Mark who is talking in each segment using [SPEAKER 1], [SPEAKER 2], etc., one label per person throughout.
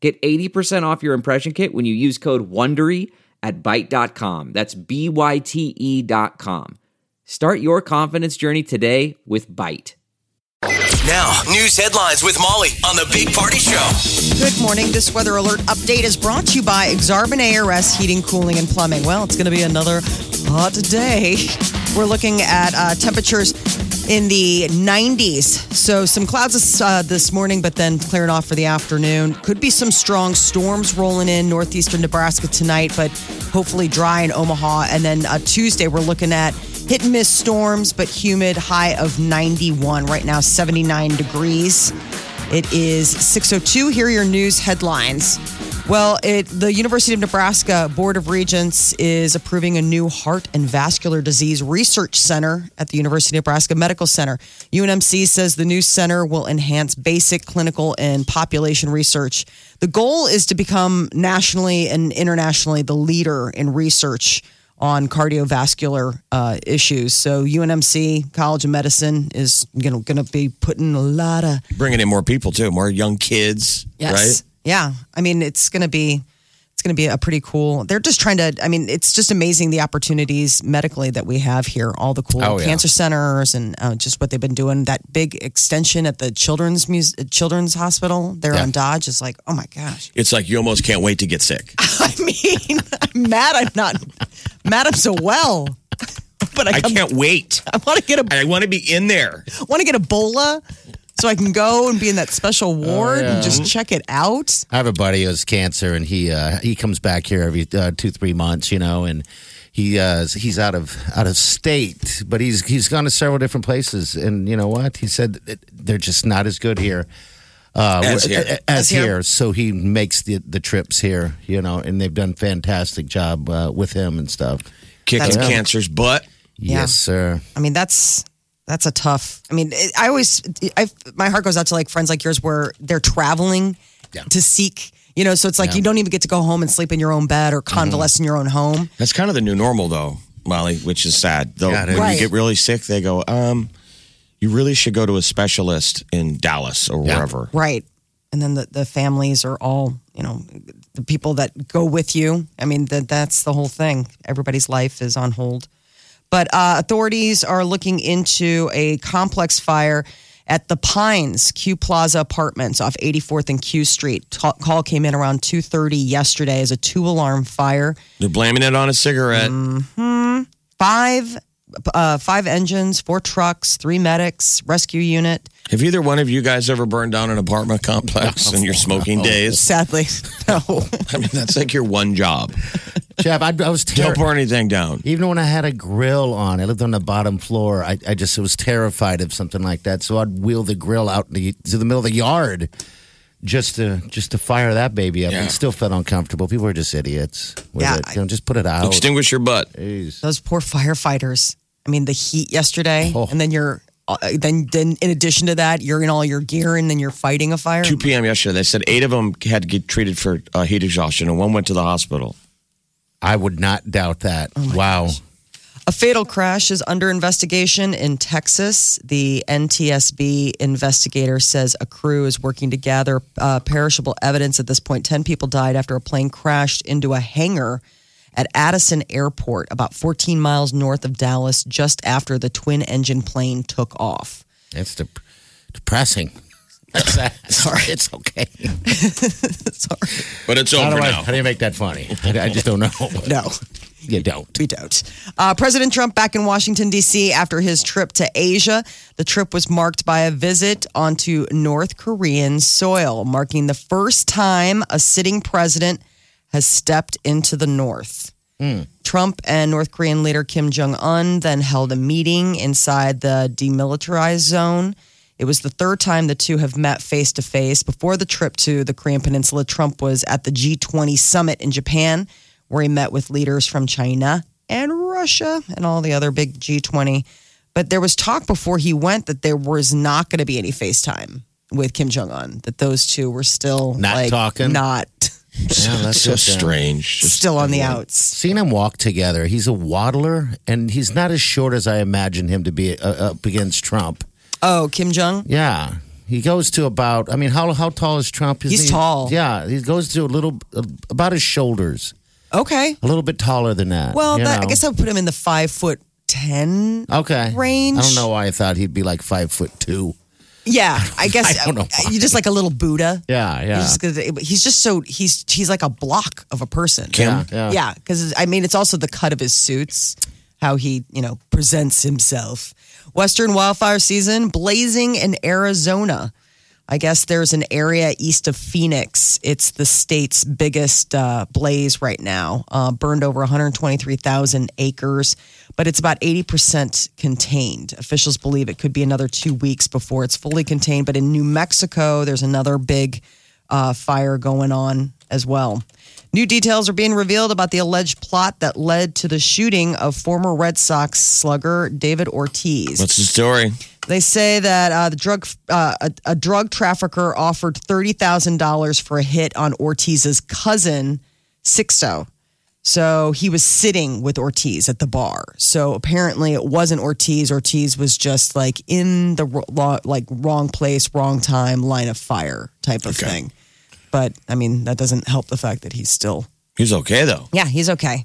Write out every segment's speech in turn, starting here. [SPEAKER 1] Get 80% off your impression kit when you use code WONDERY at Byte.com. That's B-Y-T-E E dot com. Start your confidence journey today with Byte.
[SPEAKER 2] Now, news headlines with Molly on the Big Party Show.
[SPEAKER 3] Good morning. This weather alert update is brought to you by Exarban ARS Heating, Cooling, and Plumbing. Well, it's going to be another hot day. We're looking at uh, temperatures in the 90s. So some clouds this, uh, this morning, but then clearing off for the afternoon. Could be some strong storms rolling in northeastern Nebraska tonight, but hopefully dry in Omaha. And then uh, Tuesday, we're looking at hit and miss storms, but humid, high of 91. Right now, 79 degrees. It is 6:02. Here are your news headlines. Well, it, the University of Nebraska Board of Regents is approving a new heart and vascular disease research center at the University of Nebraska Medical Center. UNMC says the new center will enhance basic clinical and population research. The goal is to become nationally and internationally the leader in research on cardiovascular uh, issues. So UNMC College of Medicine is you know going to be putting a lot of
[SPEAKER 4] Bringing in more people too, more young kids,
[SPEAKER 3] Yes.
[SPEAKER 4] right?
[SPEAKER 3] Yeah. I mean, it's going to be it's going to be a pretty cool. They're just trying to. I mean, it's just amazing the opportunities medically that we have here. All the cool
[SPEAKER 4] Oh, yeah.
[SPEAKER 3] cancer centers and uh, just what they've been doing. That big extension at the children's Muse- children's hospital there
[SPEAKER 4] Yeah.
[SPEAKER 3] on Dodge is like, oh my gosh.
[SPEAKER 4] It's like you almost can't wait to get sick.
[SPEAKER 3] I mean, I'm mad I'm not mad I'm so well, but I,
[SPEAKER 4] I
[SPEAKER 3] come-
[SPEAKER 4] can't wait.
[SPEAKER 3] I want to get a
[SPEAKER 4] I want to be in there.
[SPEAKER 3] want to get Ebola. So I can go and be in that special
[SPEAKER 4] Oh,
[SPEAKER 3] ward and just check it out.
[SPEAKER 5] I have a buddy who has cancer, and he uh, he comes back here every uh, two three months, you know, and he uh, he's out of out of state, but he's he's gone to several different places, and you know what? He said that they're just not as good here. Uh,
[SPEAKER 4] As here.
[SPEAKER 5] a- a- as here, so he makes the the trips here, you know, and they've done fantastic job uh, with him and stuff.
[SPEAKER 4] Kicking
[SPEAKER 3] That's-
[SPEAKER 4] cancer's butt.
[SPEAKER 3] Yeah.
[SPEAKER 5] Yes, sir.
[SPEAKER 3] I mean, that's that's a tough. I mean, it, I always, I my heart goes out to like friends like yours where they're traveling to seek. You know, so it's like you don't even get to go home and sleep in your own bed or convalesce in your own home.
[SPEAKER 4] That's kind of the new normal, though, Molly, which is sad. Though
[SPEAKER 5] Yeah,
[SPEAKER 4] when
[SPEAKER 5] it is.
[SPEAKER 4] you
[SPEAKER 3] Right.
[SPEAKER 4] get really sick, they go, um, "You really should go to a specialist in Dallas or
[SPEAKER 5] Yeah.
[SPEAKER 4] wherever."
[SPEAKER 3] Right. And then the, the families are all, you know, the people that go with you. I mean, that that's the whole thing. Everybody's life is on hold. But uh, authorities are looking into a complex fire at the Pines Q Plaza Apartments off 84th and Q Street. Ta- call came in around 2:30 yesterday as a two-alarm fire
[SPEAKER 4] They're blaming it on a cigarette.
[SPEAKER 3] Mm. five uh, five engines, four trucks, three medics, rescue unit.
[SPEAKER 4] Have either one of you guys ever burned down an apartment complex in your smoking days?
[SPEAKER 3] Sadly, no.
[SPEAKER 4] I mean, that's like your one job.
[SPEAKER 5] Jeff, I, I was
[SPEAKER 4] Don't
[SPEAKER 5] terrified.
[SPEAKER 4] burn anything down.
[SPEAKER 5] Even when I had a grill on, I lived on the bottom floor. I, I just was terrified of something like that, so I'd wheel the grill out in the, to the middle of the yard just to just to fire that baby up.
[SPEAKER 4] Yeah.
[SPEAKER 5] And still felt uncomfortable. People are just idiots. With
[SPEAKER 3] Yeah,
[SPEAKER 5] it. You know, just put it out.
[SPEAKER 4] Extinguish your butt.
[SPEAKER 5] Jeez.
[SPEAKER 3] Those poor firefighters. I mean, the heat yesterday,
[SPEAKER 5] Oh.
[SPEAKER 3] and then you're uh, then then in addition to that, you're in all your gear, and then you're fighting a fire.
[SPEAKER 4] 2 p.m. yesterday, they said eight of them had to get treated for uh, heat exhaustion, and one went to the hospital.
[SPEAKER 5] I would not doubt that.
[SPEAKER 3] Oh
[SPEAKER 5] wow.
[SPEAKER 3] A fatal crash is under investigation in Texas. The NTSB investigator says a crew is working to gather uh, perishable evidence at this point. 10 people died after a plane crashed into a hangar at Addison Airport, about 14 miles north of Dallas, just after the twin engine plane took off.
[SPEAKER 5] That's dep- depressing. Sorry, it's okay.
[SPEAKER 3] Sorry.
[SPEAKER 4] But it's
[SPEAKER 5] How
[SPEAKER 4] over
[SPEAKER 5] do, I,
[SPEAKER 4] now.
[SPEAKER 5] how do you make that funny? I, I just don't know.
[SPEAKER 3] No.
[SPEAKER 5] You don't.
[SPEAKER 3] We don't. Uh, President Trump back in Washington, D.C. after his trip to Asia. The trip was marked by a visit onto North Korean soil, marking the first time a sitting president has stepped into the North. Trump and North Korean leader Kim Jong un then held a meeting inside the demilitarized zone It was the third time the two have met face to face. Before the trip to the Korean Peninsula, Trump was at the G20 summit in Japan, where he met with leaders from China and Russia and all the other big G20. But there was talk before he went that there was not going to be any FaceTime with Kim Jong Un. That those two were still
[SPEAKER 5] Not
[SPEAKER 3] like,
[SPEAKER 5] talking?
[SPEAKER 3] not
[SPEAKER 5] Yeah, that's
[SPEAKER 4] so
[SPEAKER 5] it, yeah.
[SPEAKER 4] strange. Just-
[SPEAKER 3] still on the outs.
[SPEAKER 5] seen him walk together. He's a waddler, and he's not as short as I imagined him to be uh, up against Trump.
[SPEAKER 3] Oh, Kim Jong.
[SPEAKER 5] Yeah, he goes to about. I mean, how how tall is Trump? Isn't
[SPEAKER 3] He's
[SPEAKER 5] he-
[SPEAKER 3] tall.
[SPEAKER 5] Yeah, he goes to a little uh, about his shoulders,
[SPEAKER 3] Okay.
[SPEAKER 5] a little bit taller than that.
[SPEAKER 3] Well,
[SPEAKER 5] you
[SPEAKER 3] that, I
[SPEAKER 5] know.
[SPEAKER 3] guess I would put him in the five foot ten.
[SPEAKER 5] okay
[SPEAKER 3] range.
[SPEAKER 5] I don't know why I thought he'd be like five foot two.
[SPEAKER 3] Yeah, I guess
[SPEAKER 5] I don't know why.
[SPEAKER 3] you're just like a little Buddha.
[SPEAKER 5] Yeah, yeah.
[SPEAKER 3] He's, just gonna- he's just so he's he's like a block of a person.
[SPEAKER 5] Kim? Yeah, yeah.
[SPEAKER 3] yeah. Because I mean, it's also the cut of his suits, how he you know presents himself. Western wildfire season blazing in Arizona. I guess there's an area east of Phoenix. It's the state's biggest uh, blaze right now. Uh, burned over 123,000 acres, but it's about 80% contained. Officials believe it could be another two weeks before it's fully contained. But in New Mexico, there's another big uh, fire going on as well. New details are being revealed about the alleged plot that led to the shooting of former Red Sox slugger David Ortiz.
[SPEAKER 4] What's the story?
[SPEAKER 3] They say that uh, the drug uh, a, a drug trafficker offered thirty thousand dollars for a hit on Ortiz's cousin Sixto. So he was sitting with Ortiz at the bar. So apparently it wasn't Ortiz. Ortiz was just like in the ro- lo- like wrong place, wrong time, line of fire type of thing. But I mean that doesn't help the fact that he's still
[SPEAKER 4] He's okay though.
[SPEAKER 3] yeah, he's okay.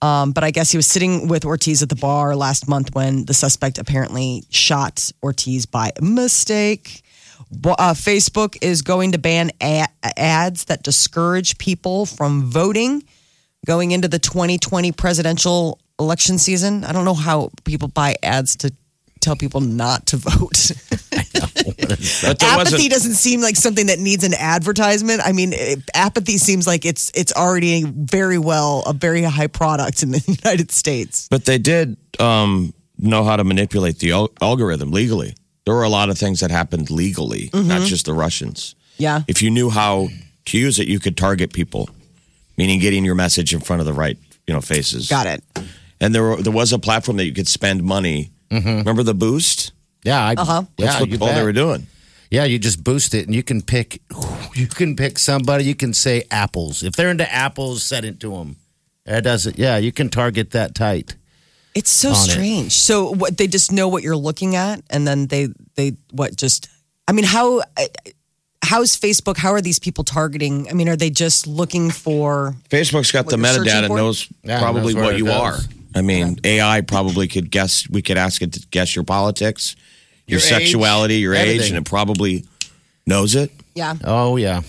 [SPEAKER 3] Um, but I guess he was sitting with Ortiz at the bar last month when the suspect apparently shot Ortiz by mistake. Bo- Uh, Facebook is going to ban a- ads that discourage people from voting going into the 2020 presidential election season. I don't know how people buy ads to tell people not to vote.
[SPEAKER 4] But there
[SPEAKER 3] apathy
[SPEAKER 4] wasn't.
[SPEAKER 3] doesn't seem like something that needs an advertisement. I mean, it, apathy seems like it's it's already very well a very high product in the United States.
[SPEAKER 4] But they did um, know how to manipulate the al- algorithm legally. There were a lot of things that happened legally,
[SPEAKER 5] Mm-hmm.
[SPEAKER 4] not just the Russians.
[SPEAKER 3] Yeah.
[SPEAKER 4] If you knew how to use it, you could target people, meaning getting your message in front of the right, you know, faces.
[SPEAKER 3] Got it.
[SPEAKER 4] And there were, there was a platform that you could spend money. Remember the boost?
[SPEAKER 5] Yeah, I,
[SPEAKER 3] Uh-huh.
[SPEAKER 5] Mm-hmm. yeah,
[SPEAKER 4] That's what
[SPEAKER 5] you
[SPEAKER 4] all they
[SPEAKER 5] bet.
[SPEAKER 4] were doing.
[SPEAKER 5] Yeah, you just boost it, and you can pick. You can pick somebody. You can say apples if they're into apples. Set it to them. That does it. Yeah, you can target that tight.
[SPEAKER 3] It's so
[SPEAKER 5] On it.
[SPEAKER 3] strange. So what they just know what you're looking at, and then they they what just I mean how how's Facebook? How are these people targeting? I mean, are they just looking for?
[SPEAKER 4] Facebook's got
[SPEAKER 3] What
[SPEAKER 4] the
[SPEAKER 3] you're searching
[SPEAKER 4] metadata
[SPEAKER 3] for?
[SPEAKER 4] knows
[SPEAKER 5] Yeah,
[SPEAKER 4] probably
[SPEAKER 5] knows where
[SPEAKER 4] what
[SPEAKER 5] it
[SPEAKER 4] you are.
[SPEAKER 5] goes.
[SPEAKER 4] I mean, AI probably could guess. We could ask it to guess your politics, your,
[SPEAKER 5] Your age,
[SPEAKER 4] sexuality, your age,
[SPEAKER 5] everything.
[SPEAKER 4] and it probably knows it.
[SPEAKER 3] Yeah.
[SPEAKER 5] Oh yeah,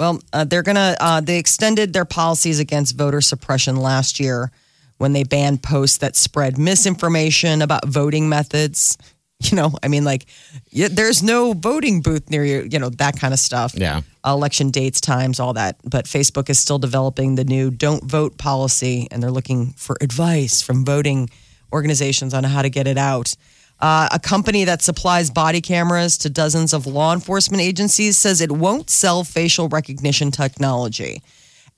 [SPEAKER 3] Well, uh, they're gonna uh, they extended their policies against voter suppression last year when they banned posts that spread misinformation about voting methods. You know, I mean, like, yeah, there's no voting booth near you. You know, that kind of stuff.
[SPEAKER 5] Yeah.
[SPEAKER 3] election dates, times, all that. But Facebook is still developing the new "Don't Vote" policy, and they're looking for advice from voting organizations on how to get it out. Uh, a company that supplies body cameras to dozens of law enforcement agencies says it won't sell facial recognition technology.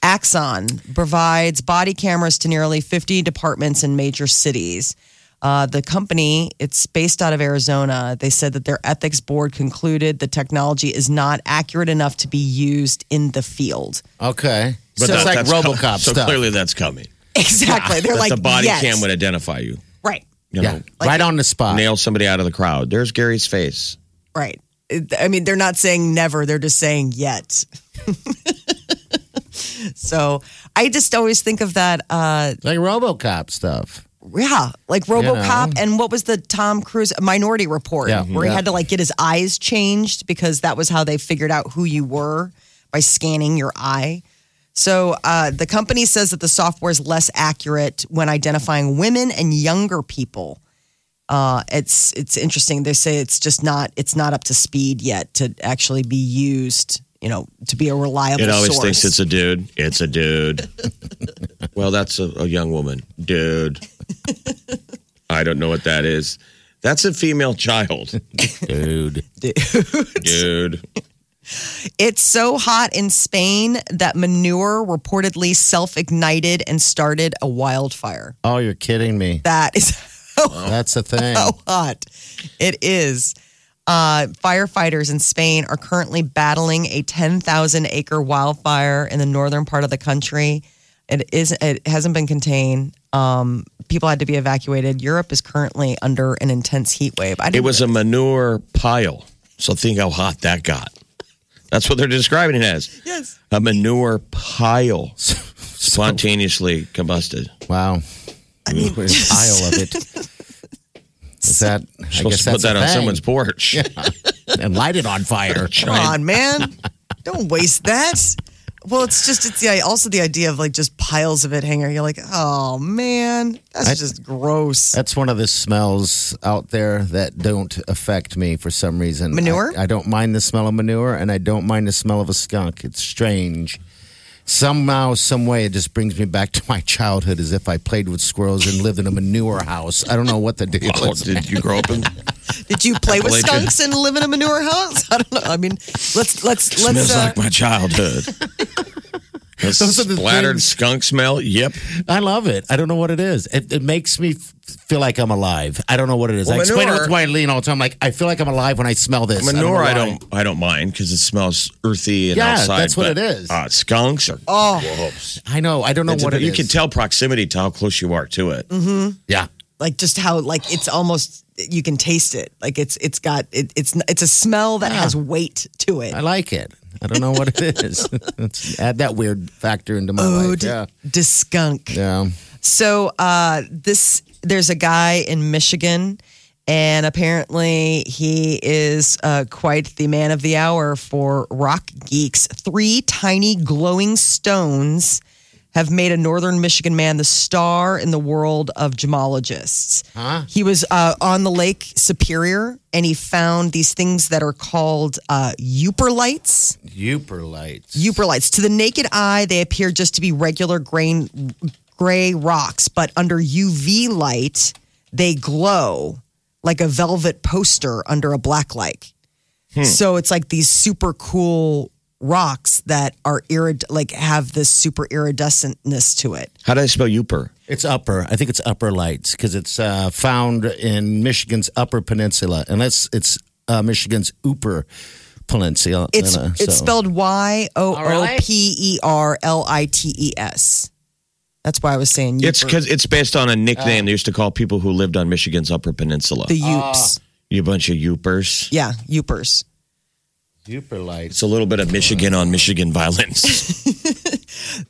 [SPEAKER 3] Axon provides body cameras to nearly 50 departments in major cities. Uh, the company, it's based out of Arizona. They said that their ethics board concluded the technology is not accurate enough to be used in the field.
[SPEAKER 5] okay. But
[SPEAKER 4] that-
[SPEAKER 5] it's like
[SPEAKER 4] com-
[SPEAKER 5] RoboCop
[SPEAKER 4] So
[SPEAKER 5] stuff,
[SPEAKER 4] clearly, that's coming.
[SPEAKER 3] Exactly. They're
[SPEAKER 4] That
[SPEAKER 3] like
[SPEAKER 4] the body
[SPEAKER 3] yes.
[SPEAKER 4] cam would identify you.
[SPEAKER 3] right,
[SPEAKER 4] You
[SPEAKER 5] yeah,
[SPEAKER 4] know,
[SPEAKER 5] right on the spot.
[SPEAKER 4] nail somebody out of the crowd. There's Gary's face.
[SPEAKER 3] right. It- I mean, they're not saying never. They're just saying yet. so I just always think of that. Uh,
[SPEAKER 5] Like RoboCop stuff.
[SPEAKER 3] Yeah, like RoboCop, and what was the Tom Cruise Minority Report,
[SPEAKER 5] Yeah,
[SPEAKER 3] where he
[SPEAKER 5] yeah.
[SPEAKER 3] had to like get his eyes changed because that was how they figured out who you were by scanning your eye. So uh, the company says that the software is less accurate when identifying women and younger people. Uh, it's it's interesting. They say it's just not it's not up to speed yet to actually be used. You know, to be a reliable.
[SPEAKER 4] It always
[SPEAKER 3] source.
[SPEAKER 4] thinks it's a dude. It's a dude. well, that's a, a young woman. Dude. I don't know what that is. That's a female child,
[SPEAKER 5] dude.
[SPEAKER 4] dude.
[SPEAKER 3] It's so hot in Spain that manure reportedly self ignited and started a wildfire.
[SPEAKER 5] Oh, you're kidding me.
[SPEAKER 3] That is how
[SPEAKER 5] That's a thing.
[SPEAKER 3] hot it is. Uh, firefighters in Spain are currently battling a 10,000 acre wildfire in the northern part of the country. It is. It hasn't been contained. Um, people had to be evacuated. Europe is currently under an intense heat wave. I
[SPEAKER 4] It
[SPEAKER 3] didn't
[SPEAKER 4] was a manure pile. So think how hot that got. That's what they're describing it as.
[SPEAKER 3] Yes.
[SPEAKER 4] A manure pile spontaneously combusted.
[SPEAKER 5] Wow. I mean, aisle of it. Is that? I
[SPEAKER 4] Supposed to put
[SPEAKER 5] guess that's
[SPEAKER 4] that
[SPEAKER 5] a
[SPEAKER 4] on
[SPEAKER 5] thing.
[SPEAKER 4] someone's porch.
[SPEAKER 5] and light it on fire.
[SPEAKER 3] Come on, man. Don't waste that. Well, it's just it's the also the idea of like just piles of it hanging. You're like, oh man, that's just gross.
[SPEAKER 5] That's one of the smells out there that don't affect me for some reason.
[SPEAKER 3] Manure?
[SPEAKER 5] I, I don't mind the smell of manure, and I don't mind the smell of a skunk. It's strange. Somehow, some way, it just brings me back to my childhood, as if I played with squirrels and lived in a manure house. I don't know what the deal
[SPEAKER 4] Oh,
[SPEAKER 5] is.
[SPEAKER 4] did you grow up in?
[SPEAKER 3] Did you play with
[SPEAKER 4] Appalachian.
[SPEAKER 3] skunks and live in a manure house? I don't know. I mean, let's let's let's.
[SPEAKER 4] Smells
[SPEAKER 3] Uh,
[SPEAKER 4] like my childhood. The
[SPEAKER 5] Those are the
[SPEAKER 4] splattered
[SPEAKER 5] things-
[SPEAKER 4] skunk smell. Yep.
[SPEAKER 5] I love it. I don't know what it is. It, it makes me f- feel like I'm alive. I don't know what it is.
[SPEAKER 4] Well,
[SPEAKER 5] I explain it
[SPEAKER 4] manure-
[SPEAKER 5] with Wileen all the time. Like I feel like I'm alive when I smell this. I don't know
[SPEAKER 4] Manure, I
[SPEAKER 5] why.
[SPEAKER 4] don't, I don't, mind because it smells earthy and
[SPEAKER 5] Yeah,
[SPEAKER 4] outside.
[SPEAKER 5] that's what
[SPEAKER 4] but,
[SPEAKER 5] it is.
[SPEAKER 4] Uh, skunks are.
[SPEAKER 3] oh,
[SPEAKER 5] I know. I don't know what it is. Mm-hmm.
[SPEAKER 4] you can tell proximity to how close you are to it.
[SPEAKER 5] Yeah.
[SPEAKER 3] like just how like it's almost you can taste it. Like it's it's got it, it's it's a smell that has weight to it.
[SPEAKER 5] I like it. I don't know what it is. Let's add that weird factor into my life.
[SPEAKER 3] Ode
[SPEAKER 5] Yeah.
[SPEAKER 3] to skunk.
[SPEAKER 5] Yeah.
[SPEAKER 3] So uh, this there's a guy in Michigan, and apparently he is uh, quite the man of the hour for rock geeks. Three tiny glowing stones have made a northern Michigan man the star in the world of gemologists. He was uh, on the Lake Superior, and he found these things that are called uh, uperlites.
[SPEAKER 5] Uperlites.
[SPEAKER 3] Uperlites. To the naked eye, they appear just to be regular grain, gray rocks, but under UV light, they glow like a velvet poster under a black light.
[SPEAKER 5] Hmm.
[SPEAKER 3] So it's like these super cool rocks that are irid like have this super iridescentness to it.
[SPEAKER 4] How do I spell Uper?
[SPEAKER 5] It's upper. I think it's upper lights because it's uh, found in Michigan's upper peninsula, unless it's uh, Michigan's upper peninsula.
[SPEAKER 3] It's
[SPEAKER 5] uh,
[SPEAKER 3] it's
[SPEAKER 5] so-
[SPEAKER 3] spelled Y O O P E R L I T E S. That's why I was saying
[SPEAKER 4] It's
[SPEAKER 3] Uper.
[SPEAKER 4] because it's based on a nickname they used to call people who lived on Michigan's Upper Peninsula.
[SPEAKER 3] Ah. the
[SPEAKER 5] Ah.
[SPEAKER 3] Ups.
[SPEAKER 4] you bunch of Upers.
[SPEAKER 3] yeah, Upers.
[SPEAKER 5] Uperlites.
[SPEAKER 4] It's a little bit of Michigan on Michigan violence.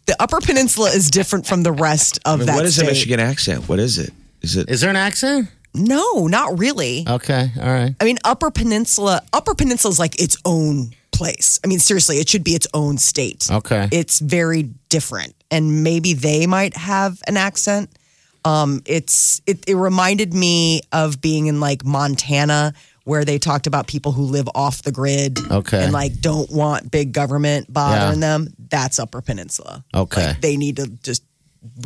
[SPEAKER 3] the Upper Peninsula is different from the rest of
[SPEAKER 4] I mean,
[SPEAKER 3] that
[SPEAKER 4] what is
[SPEAKER 3] state.
[SPEAKER 4] a Michigan accent? What is it? Is it?
[SPEAKER 5] Is there an accent?
[SPEAKER 3] No, not really.
[SPEAKER 5] Okay. All right.
[SPEAKER 3] I mean, Upper Peninsula. Upper Peninsula is like its own place. I mean, seriously, it should be its own state.
[SPEAKER 5] Okay.
[SPEAKER 3] it's very different, and maybe they might have an accent. Um, it's it, it reminded me of being in like Montana. Where they talked about people who live off the grid
[SPEAKER 5] Okay.
[SPEAKER 3] and like don't want big government bothering them. That's Upper Peninsula.
[SPEAKER 5] Okay.
[SPEAKER 3] Like, they need to just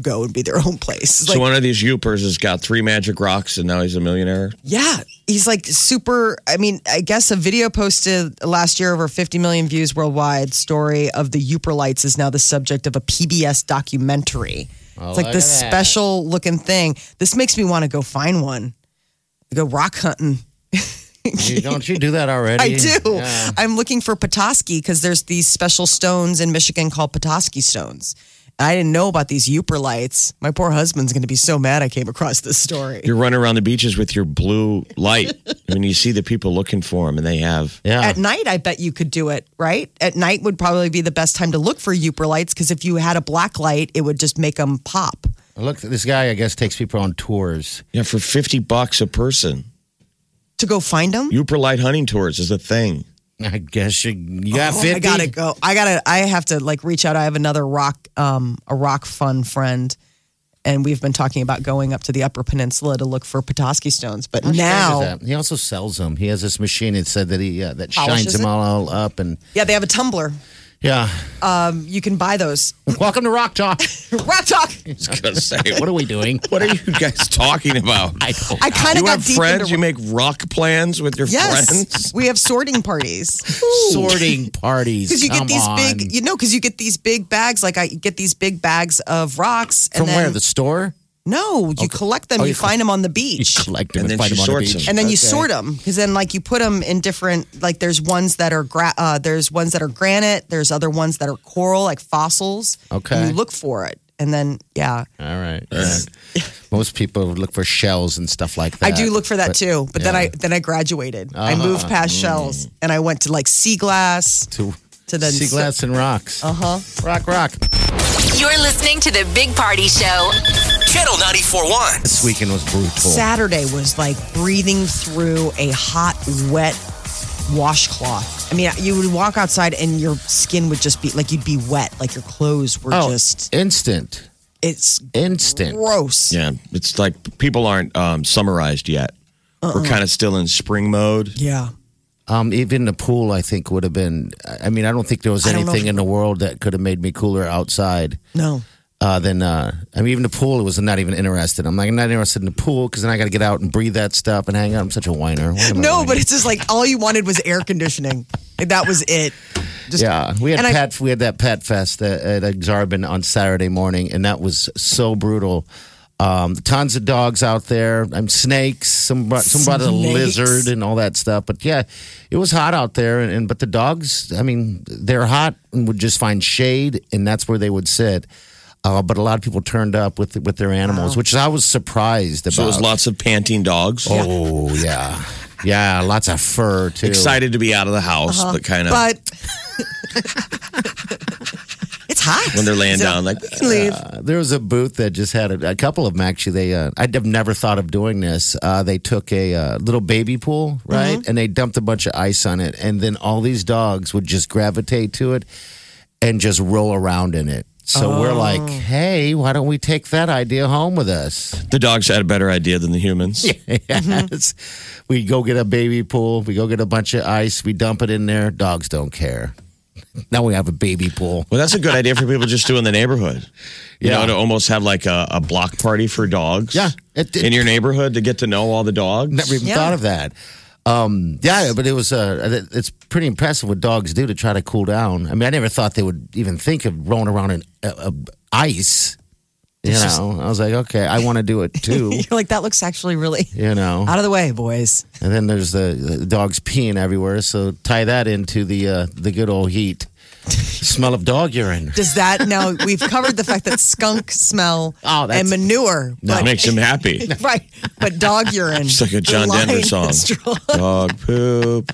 [SPEAKER 3] go and be their own place. Like,
[SPEAKER 4] so one of these Upers has got three magic rocks and now he's a millionaire.
[SPEAKER 3] Yeah, he's like super. I mean, I guess a video posted last year over 50 million views worldwide. Story of the Uperlites is now the subject of a PBS documentary. it's like
[SPEAKER 5] Oh, look
[SPEAKER 3] this
[SPEAKER 5] at that.
[SPEAKER 3] special looking thing. This makes me want to go find one, go rock hunting.
[SPEAKER 5] You- don't you do that already?
[SPEAKER 3] I do.
[SPEAKER 5] Yeah.
[SPEAKER 3] I'm looking for Petoskey because there's these special stones in Michigan called Petoskey stones. And I didn't know about these Uperlites. My poor husband's going to be so mad I came across this story.
[SPEAKER 4] You're running around the beaches with your blue light. I mean, you see the people looking for him and they have.
[SPEAKER 5] Yeah.
[SPEAKER 3] At night, I bet you could do it, right? At night would probably be the best time to look for Uperlights because if you had a black light, it would just make them pop.
[SPEAKER 5] Look, this guy, I guess, takes people on tours.
[SPEAKER 4] Yeah, for 50 bucks a person.
[SPEAKER 3] To go find them?
[SPEAKER 4] Uper light hunting tours is a thing.
[SPEAKER 5] I guess you, you got
[SPEAKER 3] Oh,
[SPEAKER 5] 50.
[SPEAKER 3] I gotta go. I gotta. I have to like reach out. I have another rock, um, a rock fun friend, and we've been talking about going up to the Upper Peninsula to look for Petoskey stones. But
[SPEAKER 4] Oh,
[SPEAKER 3] now,
[SPEAKER 5] That. He also sells them. He has this machine that said that he uh, that shines
[SPEAKER 3] Polishes
[SPEAKER 5] them
[SPEAKER 3] it?
[SPEAKER 5] all, all up and
[SPEAKER 3] yeah, they have a tumbler. Um,
[SPEAKER 5] Yeah.
[SPEAKER 3] You can buy those.
[SPEAKER 5] Welcome to Rock Talk.
[SPEAKER 3] Rock Talk.
[SPEAKER 4] Just gonna say, what,
[SPEAKER 5] what are we doing?
[SPEAKER 4] what are you guys talking about?
[SPEAKER 5] I don't.
[SPEAKER 3] I kind of
[SPEAKER 4] you
[SPEAKER 3] got
[SPEAKER 4] have
[SPEAKER 3] deep
[SPEAKER 4] friends.
[SPEAKER 3] into
[SPEAKER 4] You make rock plans with your
[SPEAKER 3] yes.
[SPEAKER 4] friends.
[SPEAKER 3] We have sorting parties.
[SPEAKER 5] sorting parties.
[SPEAKER 3] Because you
[SPEAKER 5] Come
[SPEAKER 3] get these
[SPEAKER 5] on.
[SPEAKER 3] big, you know, because you get these big bags. Like I get these big bags of rocks. And
[SPEAKER 5] From
[SPEAKER 3] then,
[SPEAKER 5] where? The Oh, store?
[SPEAKER 3] no, you collect them. you, find them on the beach,
[SPEAKER 5] Collect them
[SPEAKER 4] And
[SPEAKER 5] and,
[SPEAKER 4] then
[SPEAKER 5] find
[SPEAKER 4] she
[SPEAKER 5] them on the
[SPEAKER 4] sorts
[SPEAKER 5] beach.
[SPEAKER 4] them.
[SPEAKER 3] and then you sort them. Because then, like, you put them in different. Like, there's ones that are gra- uh, there's ones that are granite. There's other ones that are coral, like fossils.
[SPEAKER 5] Okay.
[SPEAKER 3] And you look for it, and then yeah,
[SPEAKER 5] All right. Most people look for shells and stuff like that. Ah.
[SPEAKER 3] I do look for that too. But then I then I graduated. I moved past shells, and I went to like sea glass
[SPEAKER 5] to
[SPEAKER 3] to then
[SPEAKER 5] sea glass and rocks.
[SPEAKER 3] Uh huh.
[SPEAKER 5] Rock, rock.
[SPEAKER 6] You're listening to the Big Party Show.
[SPEAKER 2] Channel 94.1.
[SPEAKER 5] This weekend was brutal.
[SPEAKER 3] Saturday was like breathing through a hot, wet washcloth. I mean, you would walk outside and your skin would just be like you'd be wet, like your clothes were
[SPEAKER 5] oh,
[SPEAKER 3] just.
[SPEAKER 5] instant,
[SPEAKER 3] It's
[SPEAKER 5] instant.
[SPEAKER 3] gross.
[SPEAKER 4] Yeah, it's like people aren't um, summarized yet. We're kind of still in spring mode.
[SPEAKER 3] Yeah.
[SPEAKER 5] Um, even the pool, I think, would have been. I mean, I don't think there was
[SPEAKER 3] I don't know
[SPEAKER 5] anything
[SPEAKER 3] if-
[SPEAKER 5] in the world that could have made me cooler outside.
[SPEAKER 3] No.
[SPEAKER 5] Uh, than uh, I mean, even the pool was not even interested. I'm like, I'm not interested in the pool because then I got to get out and breathe that stuff and hang out. I'm such a whiner. Why am I
[SPEAKER 3] No,
[SPEAKER 5] whining?
[SPEAKER 3] but it's just like all you wanted was air conditioning. Like that was it. Just,
[SPEAKER 5] Yeah, we had
[SPEAKER 3] and I-
[SPEAKER 5] pet, we had that pet fest at, at Exarban on Saturday morning, and that was so brutal. Um, tons of dogs out there. Um, snakes. Some brought, some brought a
[SPEAKER 3] Snakes.
[SPEAKER 5] lizard and all that stuff. But yeah, it was hot out there, and, and but the dogs. I mean, they're hot and would just find shade, and that's where they would sit. Uh, but a lot of people turned up with with their animals, which I was surprised about.
[SPEAKER 4] So there's lots of panting dogs.
[SPEAKER 5] oh yeah, yeah, lots of fur too.
[SPEAKER 4] Excited to be out of the house, but kind of
[SPEAKER 3] but it's hot.
[SPEAKER 4] when they're laying
[SPEAKER 3] So-
[SPEAKER 4] down, like uh,
[SPEAKER 3] Leave.
[SPEAKER 5] Uh, There was a booth that just had a, a couple of them actually. They uh, I'd have never thought of doing this. Uh, they took a uh, little baby pool, right, and they dumped a bunch of ice on it, and then all these dogs would just gravitate to it and just roll around in it. So we're like, hey, why don't we take that idea home with us?
[SPEAKER 4] the dogs had a better idea than the humans.
[SPEAKER 5] Yes. We go get a baby pool. We go get a bunch of ice. We dump it in there. Dogs don't care. Now we have a baby pool.
[SPEAKER 4] Well, that's a good idea for people just do in the neighborhood. You
[SPEAKER 5] Yeah.
[SPEAKER 4] know, to almost have like a, a block party for dogs.
[SPEAKER 5] Yeah. It- it-
[SPEAKER 4] in your neighborhood to get to know all the dogs.
[SPEAKER 5] Never even
[SPEAKER 3] Yeah.
[SPEAKER 5] thought of that. Um, yeah, but it was uh, it- it's pretty impressive what dogs do to try to cool down. I mean, I never thought they would even think of rolling around in uh, uh, ice. You know, I was like, okay, I want to do it too.
[SPEAKER 3] You're like, that looks actually really
[SPEAKER 5] you know,
[SPEAKER 3] out of the way, boys.
[SPEAKER 5] and then there's the, the dogs peeing everywhere. So tie that into the uh, the good old heat smell of dog urine.
[SPEAKER 3] Does that now we've covered the fact that skunk smell
[SPEAKER 5] Oh, that's-
[SPEAKER 3] and manure,
[SPEAKER 4] That
[SPEAKER 3] but
[SPEAKER 4] makes them happy.
[SPEAKER 3] right, but dog urine.
[SPEAKER 4] It's like a John
[SPEAKER 3] Line
[SPEAKER 4] Denver song.
[SPEAKER 3] nostril.
[SPEAKER 4] Dog poop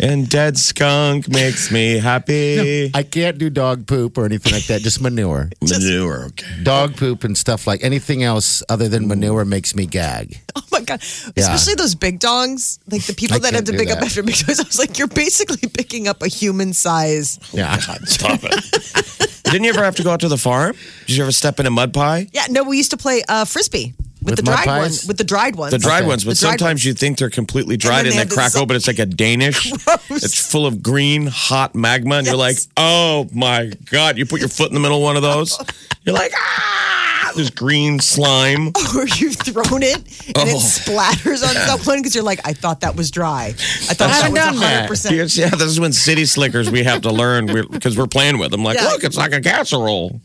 [SPEAKER 4] and dead skunk makes me happy.
[SPEAKER 5] I can't do dog poop or anything like that. Just manure,
[SPEAKER 4] Manure, okay.
[SPEAKER 5] dog poop, and stuff like anything else other than manure makes me gag.
[SPEAKER 3] Oh my god!
[SPEAKER 5] Yeah.
[SPEAKER 3] Especially those big dogs, like the people
[SPEAKER 5] I
[SPEAKER 3] that have
[SPEAKER 5] can't
[SPEAKER 3] to
[SPEAKER 5] do
[SPEAKER 3] pick up
[SPEAKER 5] that.
[SPEAKER 3] after big dogs. I was like, you're basically picking up a human size.
[SPEAKER 5] Yeah.
[SPEAKER 4] Stop it. Didn't you ever have to go out to the farm? Did you ever step in a mud pie?
[SPEAKER 3] Yeah, no, we used to play uh, frisbee with,
[SPEAKER 5] With
[SPEAKER 3] the
[SPEAKER 5] mud
[SPEAKER 3] dried ones.
[SPEAKER 5] pies?
[SPEAKER 3] With the dried ones.
[SPEAKER 4] The dried
[SPEAKER 5] Okay.
[SPEAKER 4] ones, but
[SPEAKER 3] The dried
[SPEAKER 4] sometimes you think they're completely dried and
[SPEAKER 3] then they
[SPEAKER 4] they
[SPEAKER 3] have
[SPEAKER 4] crack
[SPEAKER 3] this-
[SPEAKER 4] open. It's like a Danish. It's full of green, hot magma. And you're like,
[SPEAKER 3] Yes.
[SPEAKER 4] oh my God. You put your foot in the middle of one of those. You're like, ah, there's green slime.
[SPEAKER 3] Or you've thrown it and
[SPEAKER 5] Oh.
[SPEAKER 3] it splatters on someone because you're like, I thought that was dry. I thought that
[SPEAKER 5] haven't
[SPEAKER 3] was
[SPEAKER 5] done that.
[SPEAKER 3] 100. percent
[SPEAKER 4] Here's- Yeah, this is when city slickers we have to learn because we're, playing with them. Like,
[SPEAKER 3] Yeah.
[SPEAKER 4] look, it's like a casserole.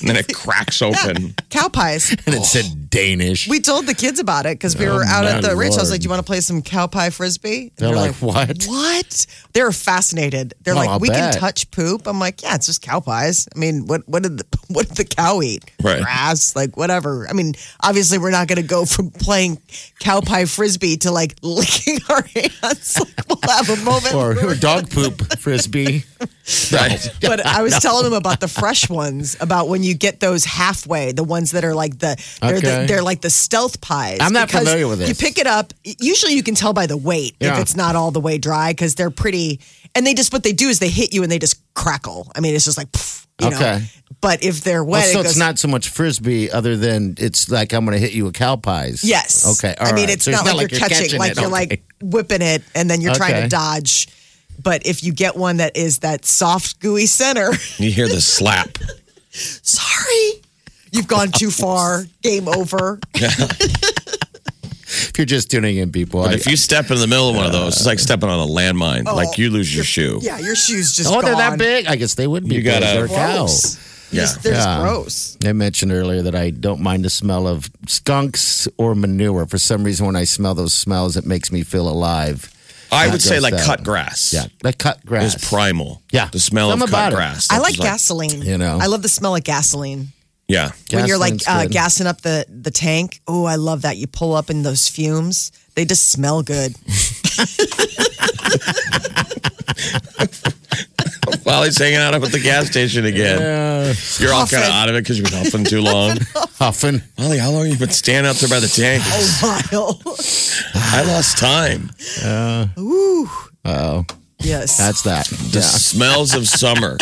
[SPEAKER 4] And then it cracks open.
[SPEAKER 3] Cow pies.
[SPEAKER 5] and it said Danish.
[SPEAKER 3] We told the kids about it because we were out at
[SPEAKER 5] Oh my
[SPEAKER 3] the ranch. I was like,
[SPEAKER 5] Lord.
[SPEAKER 3] "Do you want to play some cow pie frisbee?" And
[SPEAKER 5] They're like, "What?"
[SPEAKER 3] What? They were fascinated. They're
[SPEAKER 5] Oh,
[SPEAKER 3] like,
[SPEAKER 5] I'll
[SPEAKER 3] "We can
[SPEAKER 5] bet.
[SPEAKER 3] touch poop." I'm like, "Yeah, it's just cow pies. I mean, what what did the what did the cow eat?
[SPEAKER 4] Right.
[SPEAKER 3] Grass, like whatever. I mean, obviously, we're not going to go from playing cow pie frisbee to like licking our hands. Like, we'll have a moment.
[SPEAKER 5] or, or dog poop frisbee.
[SPEAKER 4] Right.
[SPEAKER 3] But I was telling them about the fresh ones, about when you get those halfway, the ones that are like the they're, the,
[SPEAKER 5] Okay.
[SPEAKER 3] they're like the stealth pies.
[SPEAKER 5] I'm not
[SPEAKER 3] because
[SPEAKER 5] familiar with
[SPEAKER 3] You
[SPEAKER 5] this.
[SPEAKER 3] pick it up. Usually, you can tell by the weight if
[SPEAKER 5] Yeah.
[SPEAKER 3] it's not all the way dry because they're pretty. And they just what they do is they hit you and they just crackle. I mean, it's just like pff, you know.
[SPEAKER 5] Okay.
[SPEAKER 3] But if they're wet,
[SPEAKER 5] Well, so
[SPEAKER 3] it goes,
[SPEAKER 5] it's not so much frisbee, other than it's like I'm going to hit you with cow pies.
[SPEAKER 3] Yes.
[SPEAKER 5] Okay. all
[SPEAKER 3] I mean,
[SPEAKER 5] right.
[SPEAKER 3] it's
[SPEAKER 5] So
[SPEAKER 3] not, like, you're catching, like
[SPEAKER 5] it.
[SPEAKER 3] you're
[SPEAKER 5] Okay.
[SPEAKER 3] like whipping it and then you're trying to
[SPEAKER 5] Okay.
[SPEAKER 3] dodge. But if you get one that is that soft, gooey center,
[SPEAKER 4] You hear the slap.
[SPEAKER 3] sorry, you've gone too far. Game over.
[SPEAKER 5] If you're just tuning in, people,
[SPEAKER 4] But
[SPEAKER 5] I-
[SPEAKER 4] if you step in the middle of one of those, it's like stepping on a landmine. like you lose your shoe.
[SPEAKER 3] Yeah, your shoes just.
[SPEAKER 5] oh, they're that
[SPEAKER 3] gone.
[SPEAKER 5] big. I guess they would be.
[SPEAKER 4] You gotta-
[SPEAKER 5] big. They're a cow.
[SPEAKER 3] Gross.
[SPEAKER 4] Yeah.
[SPEAKER 3] Just- they're just
[SPEAKER 5] Yeah.
[SPEAKER 3] gross.
[SPEAKER 5] I mentioned earlier that I don't mind the smell of skunks or manure. For some reason, when I smell those smells, it makes me feel alive.
[SPEAKER 4] I
[SPEAKER 5] That
[SPEAKER 4] would say
[SPEAKER 5] goes
[SPEAKER 4] like
[SPEAKER 5] down.
[SPEAKER 4] cut grass.
[SPEAKER 5] Yeah, like cut grass.
[SPEAKER 4] Is primal.
[SPEAKER 5] Yeah.
[SPEAKER 4] The smell
[SPEAKER 5] Something
[SPEAKER 4] of cut
[SPEAKER 5] about it.
[SPEAKER 4] grass.
[SPEAKER 3] I
[SPEAKER 4] That's
[SPEAKER 3] like
[SPEAKER 4] just
[SPEAKER 3] gasoline.
[SPEAKER 5] you know.
[SPEAKER 3] I love the smell of gasoline.
[SPEAKER 4] Yeah.
[SPEAKER 3] when you're like
[SPEAKER 5] Gasoline's
[SPEAKER 3] uh,
[SPEAKER 5] good.
[SPEAKER 3] gassing up the the tank. Oh, I love that. You pull up in those fumes. They just smell good.
[SPEAKER 4] While he's hanging out up at the gas station again.
[SPEAKER 5] Uh,
[SPEAKER 4] You're all kind of
[SPEAKER 3] Huffing.
[SPEAKER 4] out of it because you've been huffing too long.
[SPEAKER 5] Huffing.
[SPEAKER 4] Molly, how long have you been standing out there by the tank?
[SPEAKER 5] Oh.
[SPEAKER 3] Oh, Mile.
[SPEAKER 4] I lost time.
[SPEAKER 3] yes.
[SPEAKER 5] That's that.
[SPEAKER 4] The smells of summer.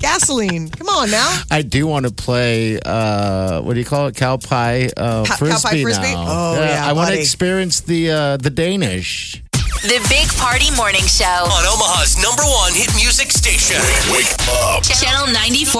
[SPEAKER 3] gasoline. Come on now.
[SPEAKER 5] I do want to play. Uh, what do you call it? Cow pie uh,
[SPEAKER 3] Pa- cow pie
[SPEAKER 5] frisbee.
[SPEAKER 3] frisbee?
[SPEAKER 5] Now.
[SPEAKER 3] Oh, yeah,
[SPEAKER 5] I want to
[SPEAKER 3] buddy.
[SPEAKER 5] experience the uh, the Danish.
[SPEAKER 6] The Big Party Morning Show.
[SPEAKER 2] On Omaha's number one hit music station. Wake up.
[SPEAKER 6] Channel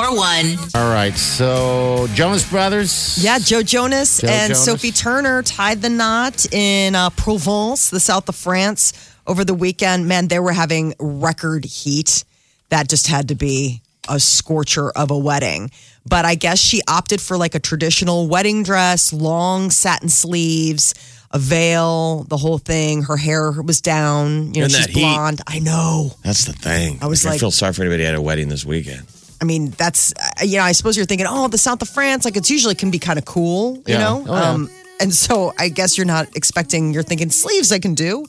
[SPEAKER 6] 94.1.
[SPEAKER 5] All right, so Jonas Brothers.
[SPEAKER 3] Yeah, Joe Jonas
[SPEAKER 5] Joe
[SPEAKER 3] and
[SPEAKER 5] Jonas.
[SPEAKER 3] Sophie Turner tied the knot in uh, Provence, the south of France, over the weekend. Man, they were having record heat. That just had to be a scorcher of a wedding. But I guess she opted for like a traditional wedding dress, long satin sleeves, a veil, the whole thing. Her hair was down. You know,
[SPEAKER 4] In
[SPEAKER 3] she's
[SPEAKER 4] that heat.
[SPEAKER 3] blonde. I know.
[SPEAKER 4] That's the thing. I
[SPEAKER 3] was
[SPEAKER 4] I
[SPEAKER 3] like-
[SPEAKER 4] feel sorry for anybody at a wedding this weekend.
[SPEAKER 3] I mean, that's uh, you know, I suppose you're thinking, oh, the South of France, like it's usually can be kind of cool, you
[SPEAKER 5] Yeah.
[SPEAKER 3] know.
[SPEAKER 5] Oh, yeah.
[SPEAKER 3] Um, and so I guess you're not expecting. You're thinking sleeves I can do.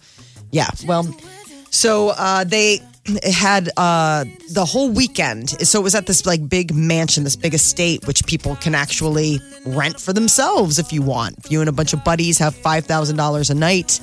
[SPEAKER 3] Yeah. Well, so uh, they had uh, the whole weekend. So it was at this like big mansion, this big estate, which people can actually rent for themselves if you want. If you and a bunch of buddies have five thousand dollars a night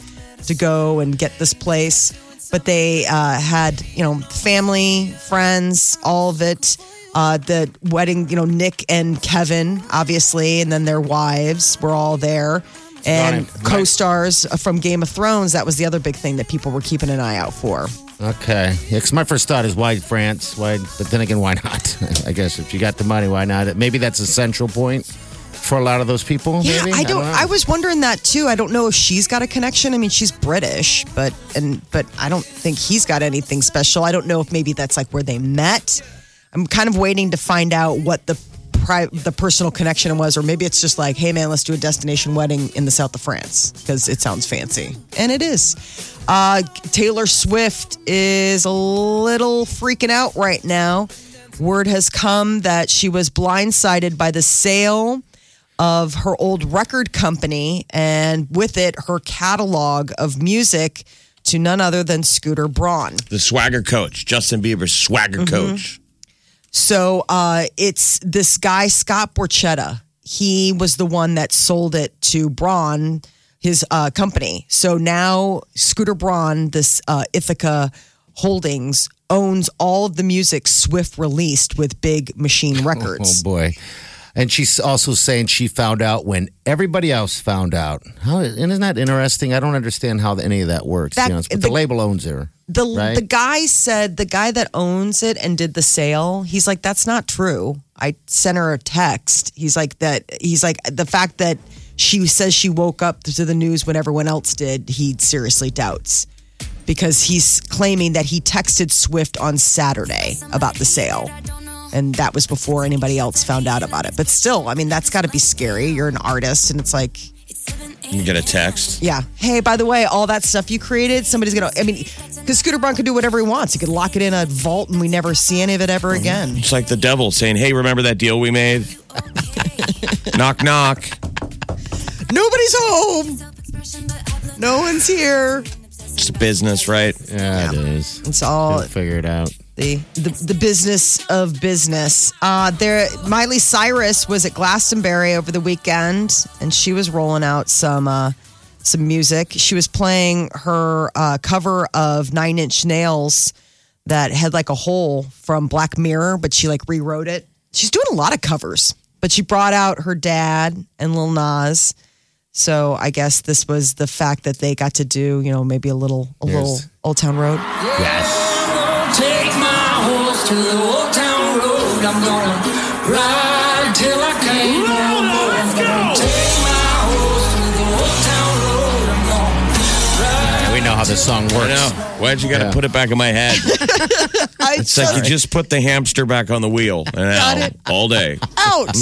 [SPEAKER 3] to go and get this place. But they uh, had, you know, family, friends, all of it. Uh, the wedding, you know, Nick and Kevin, obviously, and then their wives were all there. And
[SPEAKER 5] Right, right.
[SPEAKER 3] co-stars from Game of Thrones. That was the other big thing that people were keeping an eye out for.
[SPEAKER 5] Okay. Yeah, 'cause my first thought is why France? Why? But then again, why not? I guess if you got the money, why not? Maybe that's a central point for a lot of those people.
[SPEAKER 3] Yeah,
[SPEAKER 5] maybe?
[SPEAKER 3] I don't.
[SPEAKER 5] know.
[SPEAKER 3] I was wondering that too. I don't know if she's got a connection. I mean, she's British, but and but I don't think he's got anything special. I don't know if maybe that's like where they met. I'm kind of waiting to find out what the pri- the personal connection was, or maybe it's just like, hey man, let's do a destination wedding in the south of France because it sounds fancy, and it is. Uh, Taylor Swift is a little freaking out right now. Word has come that she was blindsided by the sale of her old record company and with it her catalog of music to none other than Scooter Braun.
[SPEAKER 4] The swagger coach, Justin Bieber's swagger
[SPEAKER 5] Mm-hmm.
[SPEAKER 4] coach.
[SPEAKER 3] So uh, it's this guy, Scott Borchetta. He was the one that sold it to Braun, his uh, company. So now Scooter Braun, this uh, Ithaca Holdings, owns all of the music Swift released with Big Machine
[SPEAKER 5] Oh
[SPEAKER 3] Records.
[SPEAKER 5] boy. And she's also saying she found out when everybody else found out. How and isn't that interesting? I don't understand how any of that works. to be
[SPEAKER 3] That-
[SPEAKER 5] honest, but the,
[SPEAKER 3] the-
[SPEAKER 5] label owns her.
[SPEAKER 3] The
[SPEAKER 5] Right.
[SPEAKER 3] the guy said the guy that owns it and did the sale. He's like, that's not true. I sent her a text. He's like that. He's like the fact that she says she woke up to the news when everyone else did. He seriously doubts because he's claiming that he texted Swift on Saturday about the sale. And that was before anybody else found out about it. But still, I mean, that's got to be scary. You're an artist, and it's like,
[SPEAKER 4] You get a text.
[SPEAKER 3] yeah. Hey, by the way, all that stuff you created, somebody's gonna. I mean, because Scooter Braun can do whatever he wants. He could lock it in a vault, and we never see any of it ever again.
[SPEAKER 4] It's like the devil saying, Hey, remember that deal we made? knock, knock.
[SPEAKER 3] Nobody's home. No one's here.
[SPEAKER 4] It's business, right?
[SPEAKER 5] Yeah, it is.
[SPEAKER 3] It's all
[SPEAKER 5] They'll figure it out.
[SPEAKER 3] the the, the business of business. Uh, there, Miley Cyrus was at Glastonbury over the weekend, and she was rolling out some uh, some music. She was playing her uh, cover of Nine Inch Nails that had like a hole from Black Mirror, but she like rewrote it. She's doing a lot of covers, but she brought out her dad and Lil Nas. So I guess this was the fact that they got to do, you know, maybe a little, a little Old Town Road.
[SPEAKER 5] Yes.
[SPEAKER 7] to the old town road. I'm gonna ride till I can't no more. Take my horse to the old town road. I'm gonna
[SPEAKER 5] Yeah, we know how this song
[SPEAKER 4] I
[SPEAKER 5] works.
[SPEAKER 4] know. Why'd you got to
[SPEAKER 5] Yeah.
[SPEAKER 4] put it back in my head?
[SPEAKER 3] I
[SPEAKER 4] It's like you just put the hamster back on the wheel and out
[SPEAKER 3] it.
[SPEAKER 4] all day.
[SPEAKER 3] out.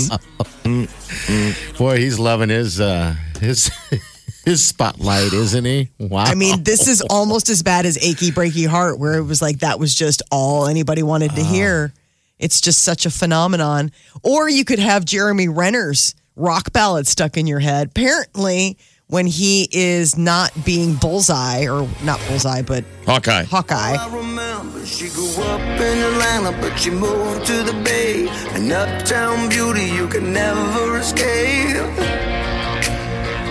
[SPEAKER 5] Boy, he's loving his uh, his his spotlight, isn't he? Wow.
[SPEAKER 3] I mean, this is almost as bad as achy breaky heart, where it was like that was just all anybody wanted to hear. It's just such a phenomenon. Or you could have Jeremy Renner's rock ballad stuck in your head. Apparently, when he is not being bullseye or not bullseye, but
[SPEAKER 4] Hawkeye.
[SPEAKER 3] Hawkeye.
[SPEAKER 8] I remember she grew up in Atlanta, but she moved to the Bay. An uptown beauty you could never escape.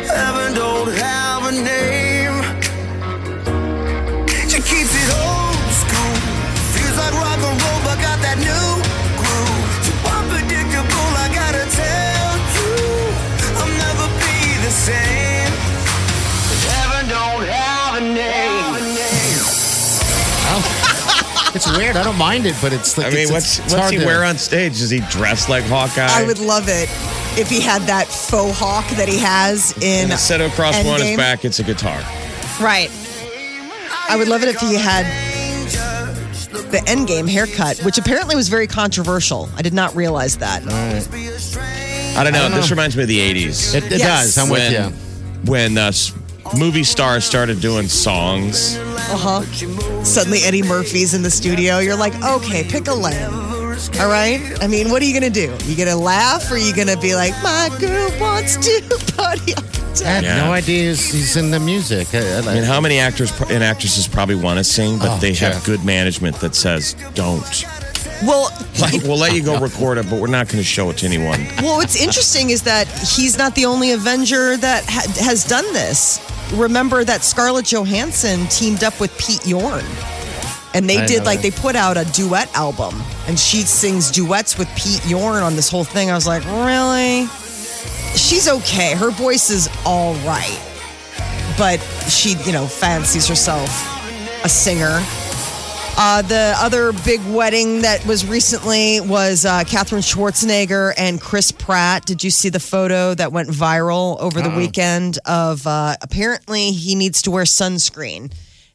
[SPEAKER 8] Heaven don't have a name. She keeps it old school. Feels like rock and roll, but got that new groove. So unpredictable, I gotta tell you, I'll never be the same. Heaven don't have a name.
[SPEAKER 5] it's weird. I don't mind it, but it's like
[SPEAKER 4] I mean,
[SPEAKER 5] it's,
[SPEAKER 4] what's what's
[SPEAKER 5] it's hard
[SPEAKER 4] he
[SPEAKER 5] to-
[SPEAKER 4] wear on stage? Is he dressed like Hawkeye?
[SPEAKER 3] I would love it if he had that faux hawk that he has in
[SPEAKER 4] Instead of a crossbow on his
[SPEAKER 3] Endgame.
[SPEAKER 4] back, it's a guitar.
[SPEAKER 3] Right. I would love it if he had the Endgame haircut, which apparently was very controversial. I did not realize that.
[SPEAKER 4] I don't know. This reminds me of the '80s
[SPEAKER 5] It, it
[SPEAKER 3] Yes.
[SPEAKER 5] does. I'm with
[SPEAKER 4] when
[SPEAKER 5] you.
[SPEAKER 4] when uh, s- movie stars started doing songs.
[SPEAKER 3] Uh huh. Suddenly Eddie Murphy's in the studio. You're like, okay, pick a lane. All right. I mean, what are you gonna do? You gonna laugh, or you gonna be like, my girl wants to party? all the
[SPEAKER 5] I
[SPEAKER 3] time."
[SPEAKER 5] had
[SPEAKER 4] Yeah.
[SPEAKER 5] no idea he's, he's in the music. I, I
[SPEAKER 4] I
[SPEAKER 5] like-
[SPEAKER 4] mean, how many actors pr- and actresses probably want to sing, but
[SPEAKER 5] Oh,
[SPEAKER 4] they have
[SPEAKER 5] Jeff.
[SPEAKER 4] good management that says don't.
[SPEAKER 3] Well,
[SPEAKER 4] Like, we'll let you go record it, but we're not going to show it to anyone.
[SPEAKER 3] well, what's interesting is that he's not the only Avenger that ha- has done this. Remember that Scarlett Johansson teamed up with Pete Yorn, and they
[SPEAKER 5] I
[SPEAKER 3] did
[SPEAKER 5] know
[SPEAKER 3] like they
[SPEAKER 5] that.
[SPEAKER 3] put out a duet album, and she sings duets with Pete Yorn on this whole thing. I was like, really? She's okay. Her voice is all right, but she, you know, fancies herself a singer. Uh, the other big wedding that was recently was uh, Katherine Schwarzenegger and Chris Pratt. Did you see the photo that went viral over the weekend? Of uh, apparently he needs to wear sunscreen,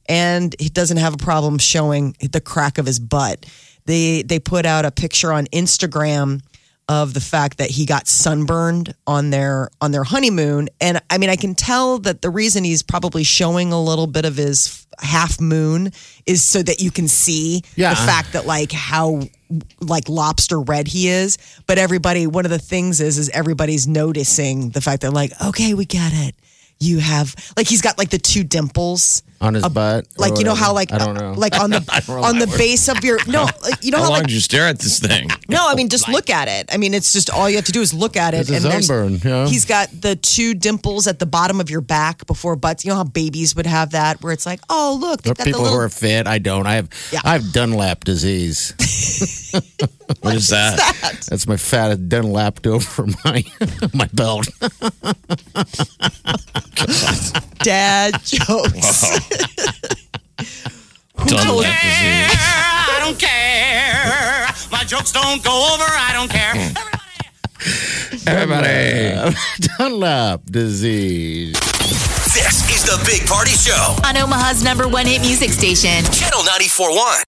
[SPEAKER 3] and he doesn't have a problem showing the crack of his butt. They they put out a picture on Instagram of the fact that he got sunburned on their on their honeymoon and i mean i can tell that the reason he's probably showing a little bit of his half moon is so that you can see
[SPEAKER 5] Yeah.
[SPEAKER 3] the fact that like how like lobster red he is but everybody one of the things is is everybody's noticing the fact that like okay we get it you have like he's got like the two dimples
[SPEAKER 5] on his butt. or
[SPEAKER 3] like you know how like
[SPEAKER 5] whatever. I don't know.
[SPEAKER 3] like on the
[SPEAKER 5] don't know
[SPEAKER 3] on the
[SPEAKER 5] that word.
[SPEAKER 3] base of your no like, you know
[SPEAKER 4] How
[SPEAKER 3] how
[SPEAKER 4] long
[SPEAKER 3] like
[SPEAKER 4] did you stare at this thing?
[SPEAKER 3] no, I mean just look at it. I mean it's just all you have to do is look at it.
[SPEAKER 5] It's a
[SPEAKER 3] there's-
[SPEAKER 5] sunburn, yeah.
[SPEAKER 3] He's got the two dimples at the bottom of your back before butts. You know how babies would have that, where it's like, oh look,
[SPEAKER 5] For
[SPEAKER 3] they've got
[SPEAKER 5] people
[SPEAKER 3] the
[SPEAKER 5] who
[SPEAKER 3] little.
[SPEAKER 5] are fit, I don't. I have
[SPEAKER 3] Yeah.
[SPEAKER 5] I have Dunlap disease.
[SPEAKER 4] What is that?
[SPEAKER 5] That's my fat Dunlap over my my belt.
[SPEAKER 3] dad jokes.
[SPEAKER 4] Done with disease.
[SPEAKER 8] I don't care. My jokes don't go over. I don't care.
[SPEAKER 5] Everybody, Dunlap disease.
[SPEAKER 2] This is the Big Party Show,
[SPEAKER 6] on Omaha's number one hit music station.
[SPEAKER 2] Channel 941.